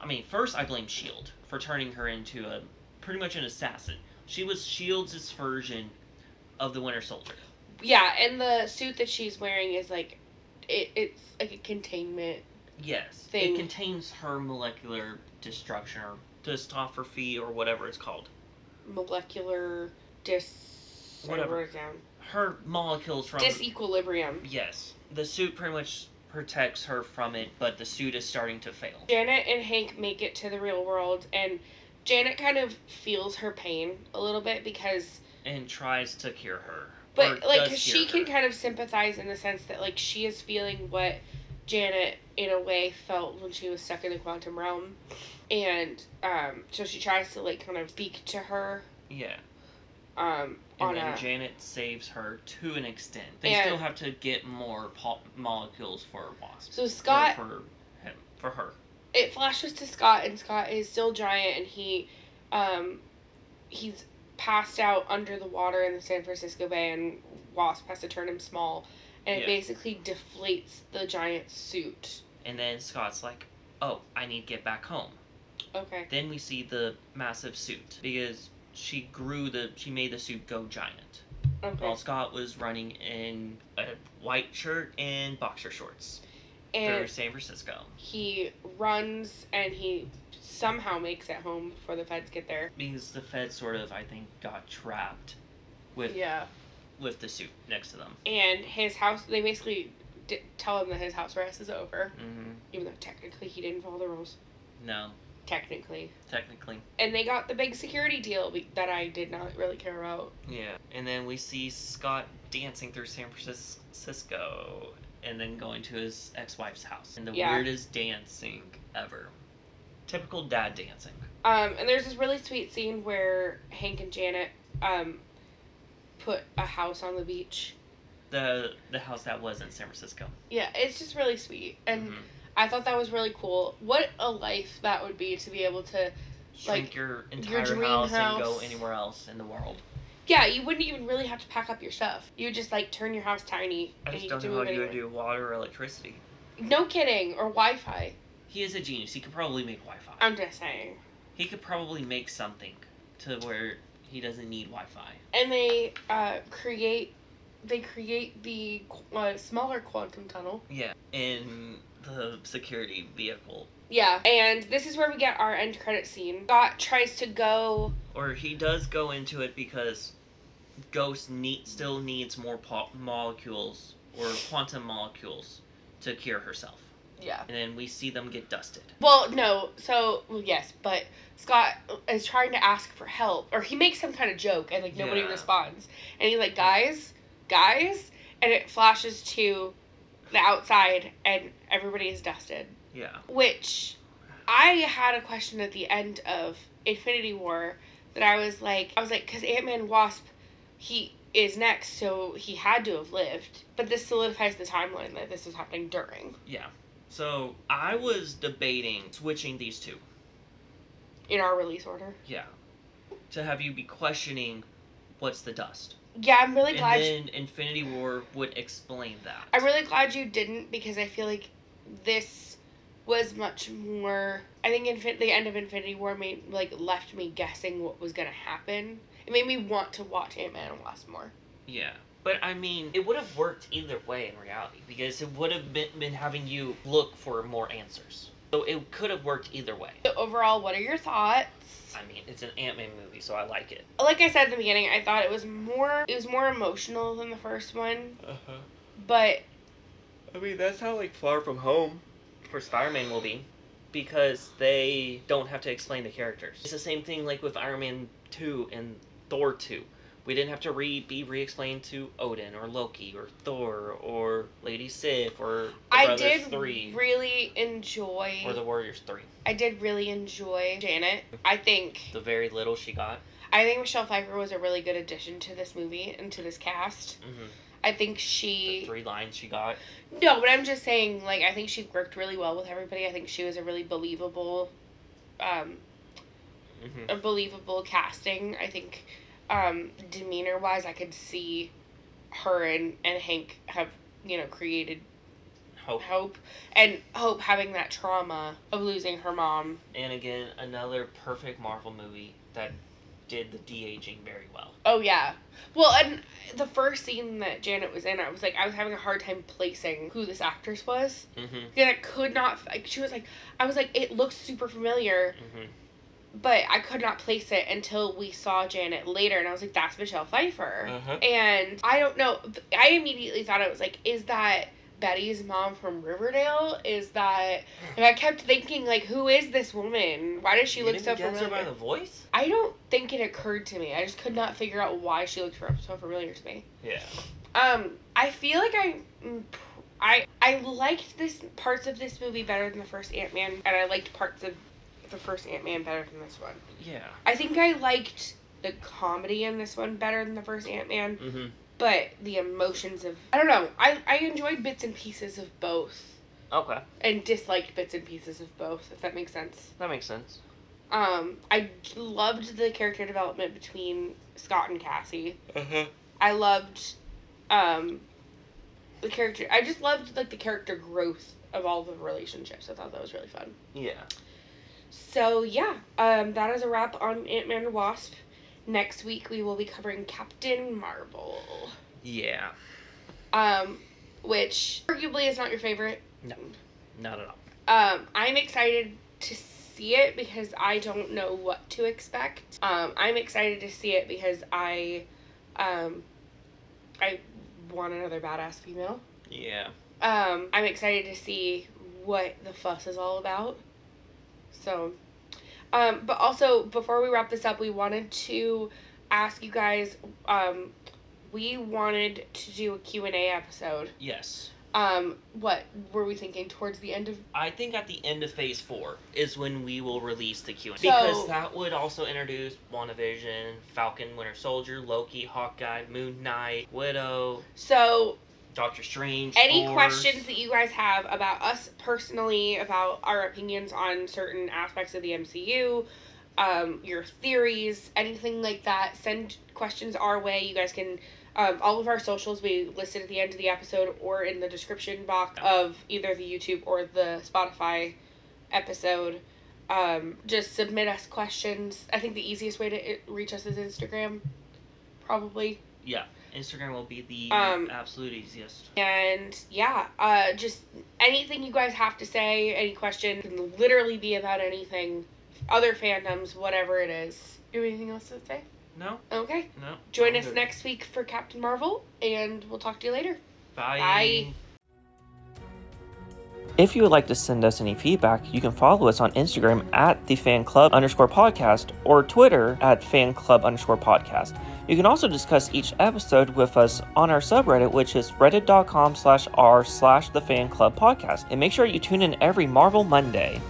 S3: I mean, first I blame Shield for turning her into a pretty much an assassin. She was Shield's E version of the Winter Soldier.
S2: Yeah, and the suit that she's wearing is like it, it's like a containment.
S3: Yes.
S2: Thing.
S3: It contains her molecular destruction or dystrophy or whatever it's called.
S2: molecular dis
S3: Whatever.
S2: I wrote it down.
S3: Her molecules from
S2: Disequilibrium.
S3: Yes. The suit pretty much protects her from it, but the suit is starting to fail.
S2: Janet and Hank make it to the real world and Janet kind of feels her pain a little bit because
S3: And tries to cure her.
S2: but
S3: Or
S2: like
S3: does
S2: she
S3: cure
S2: can
S3: her.
S2: kind of sympathize in the sense that like she is feeling what Janet in a way felt when she was stuck in the quantum realm and um so she tries to like kind of speak to her
S3: Yeah.
S2: um
S3: And
S2: on
S3: then
S2: a
S3: Janet saves her to an extent. They
S2: And-
S3: still have to get more po- molecules for Wasp.
S2: so
S3: Or
S2: Scott
S3: for him. For her.
S2: it flashes to Scott and Scott is still giant and he um he's passed out under the water in the San Francisco Bay and Wasp has to turn him small and
S3: Yeah.
S2: it basically deflates the giant suit.
S3: And then Scott's like, oh, I need to get back home.
S2: Okay.
S3: Then we see the massive suit because she grew the, she made the suit go giant.
S2: Okay.
S3: While Scott was running in a white shirt and boxer shorts.
S2: and
S3: through San Francisco
S2: he runs and he somehow makes it home before the feds get there.
S3: because the Fed sort of I think got trapped with
S2: yeah.
S3: with the suit next to them.
S2: And his house, they basically d- tell him that his house arrest is over,
S3: hmm
S2: even though technically he didn't follow the rules.
S3: No,
S2: Technically.
S3: technically.
S2: And they got the big security deal be- that I did not really care about.
S3: Yeah, and then we see Scott dancing through San Francisco and then going to his ex wife's house. And the
S2: Yeah.
S3: weirdest dancing ever. Typical dad dancing.
S2: Um, and there's this really sweet scene where Hank and Janet um, put a house on the beach.
S3: The the house that was in San Francisco.
S2: Yeah, it's just really sweet. And
S3: Mhm.
S2: I thought that was really cool. What a life that would be to be able to.
S3: Shrink
S2: like,
S3: your entire
S2: dream
S3: house, and go
S2: house.
S3: anywhere else in the world.
S2: Yeah, you wouldn't even really have to pack up your stuff. You would just like turn your house tiny.
S3: I
S2: and
S3: just
S2: you
S3: don't
S2: could
S3: know how
S2: it
S3: you would
S2: anywhere.
S3: do water or electricity.
S2: No kidding, or Wi-Fi.
S3: He is a genius. He could probably make Wi Fi.
S2: I'm just saying.
S3: he could probably make something to where he doesn't need Wi Fi.
S2: And they uh, create, they create the qu- uh, smaller quantum tunnel.
S3: Yeah. In the security vehicle
S2: Yeah, and this is where we get our end credit scene. Scott tries to go.
S3: or he does go into it because Ghost need, still needs more po- molecules or quantum molecules to cure herself.
S2: Yeah.
S3: And then we see them get dusted.
S2: Well, no. So well, yes, but Scott is trying to ask for help, or he makes some kind of joke, and like nobody
S3: Yeah.
S2: responds, and he's like, "Guys, guys," and it flashes to the outside, and everybody is dusted.
S3: Yeah.
S2: Which I had a question at the end of Infinity War that I was like, I was like, because Ant Man Wasp, he is next, so he had to have lived. But this solidifies the timeline that this was happening during
S3: Yeah. So I was debating switching these two.
S2: in our release order.
S3: Yeah. To have you be questioning what's the dust.
S2: Yeah, I'm really glad.
S3: and then Infinity War would explain that.
S2: I'm really glad you didn't because I feel like this was much more. I think infin- the end of Infinity War made like left me guessing what was gonna happen. It made me want to watch Ant Man and Wasp more.
S3: Yeah. But I mean, it would have worked either way in reality because it would have been, been having you look for more answers. So it could have worked either way.
S2: So overall, what are your thoughts?
S3: I mean, it's an Ant Man movie, so I like it.
S2: Like I said at the beginning, I thought it was more. It was more emotional than the first one,
S3: Uh huh.
S2: but
S3: I mean, that's how like Far From Home for Spider Man will be, because they don't have to explain the characters. It's the same thing like with Iron Man two and Thor two. We didn't have to re be re explained to Odin or Loki or Thor or Lady Sif or the
S2: I
S3: Brothers
S2: did
S3: three
S2: really enjoy.
S3: or the Warriors three.
S2: I did really enjoy Janet. I think
S3: The very little she got.
S2: I think Michelle Pfeiffer was a really good addition to this movie and to this cast.
S3: hmm
S2: I think
S3: The
S2: she
S3: three lines she got.
S2: no, but I'm just saying like I think she worked really well with everybody. I think she was a really believable, um,
S3: hmm
S2: a believable casting. I think, um, demeanor wise, I could see her and and Hank have you know created
S3: Hope.
S2: hope and hope having that trauma of losing her mom.
S3: And again, another perfect Marvel movie that did the de aging very well.
S2: Oh yeah. Well, and the first scene that Janet was in, I was like, I was having a hard time placing who this actress was.
S3: Mm-hmm.
S2: And I could not. Like, she was like, I was like, it looks super familiar,
S3: Mm-hmm.
S2: but I could not place it until we saw Janet later, and I was like, that's Michelle Pfeiffer.
S3: Uh-huh.
S2: And I don't know. I immediately thought it was like, is that Betty's mom from Riverdale? Is that? And I kept thinking like, who is this woman? Why does she
S3: You
S2: look
S3: didn't
S2: so
S3: guess her
S2: familiar?
S3: by the voice?
S2: I don't think it occurred to me. I just could not figure out why she looked so familiar to me.
S3: Yeah.
S2: Um, I feel like I, I, I liked this parts of this movie better than the first Ant Man, and I liked parts of the first Ant Man better than this one.
S3: Yeah.
S2: I think I liked the comedy in this one better than the first Ant Man,
S3: Mm-hmm.
S2: but the emotions of I don't know. I I enjoyed bits and pieces of both,
S3: Okay,
S2: and disliked bits and pieces of both. If that makes sense.
S3: that makes sense.
S2: Um, I loved the character development between Scott and Cassie.
S3: Uh-huh.
S2: I loved um the character I just loved like the character growth of all the relationships. I thought that was really fun.
S3: Yeah.
S2: So yeah, um that is a wrap on Ant Man and Wasp. Next week we will be covering Captain Marvel.
S3: Yeah.
S2: Um which arguably is not your favorite.
S3: No, not at all.
S2: Um I'm excited to see it because I don't know what to expect. Um I'm excited to see it because I Um, I want another badass female.
S3: Yeah.
S2: Um, I'm excited to see what the fuss is all about. So, um, but also before we wrap this up, we wanted to ask you guys. Um, we wanted to do a Q and A episode.
S3: Yes.
S2: Um, what were we thinking towards the end of?
S3: I think at the end of phase four is when we will release the Q and A
S2: So-
S3: because that would also introduce WandaVision, Falcon, Winter Soldier, Loki, Hawkeye, Moon Knight, Widow,
S2: So
S3: Doctor Strange.
S2: any
S3: Thor.
S2: questions that you guys have about us personally about our opinions on certain aspects of the mcu um, your theories anything like that send questions our way you guys can um, all of our socials we listed at the end of the episode or in the description box of either the youtube or the spotify episode um, just submit us questions i think the easiest way to i- reach us is instagram probably
S3: Yeah, Instagram will be the
S2: Um,
S3: absolute easiest.
S2: and yeah, uh, just anything you guys have to say, any question can literally be about anything, other fandoms, whatever it is. Do you have anything else to say?
S3: No,
S2: Okay.
S3: no.
S2: Join
S3: I'm
S2: us
S3: good.
S2: next week for Captain Marvel, and we'll talk to you later.
S3: Bye.
S2: Bye.
S4: If you would like to send us any feedback, you can follow us on Instagram at the fan club underscore podcast or Twitter at fan club underscore podcast. You can also discuss each episode with us on our subreddit, which is reddit.com slash r slash the fan club podcast. And make sure you tune in every Marvel Monday.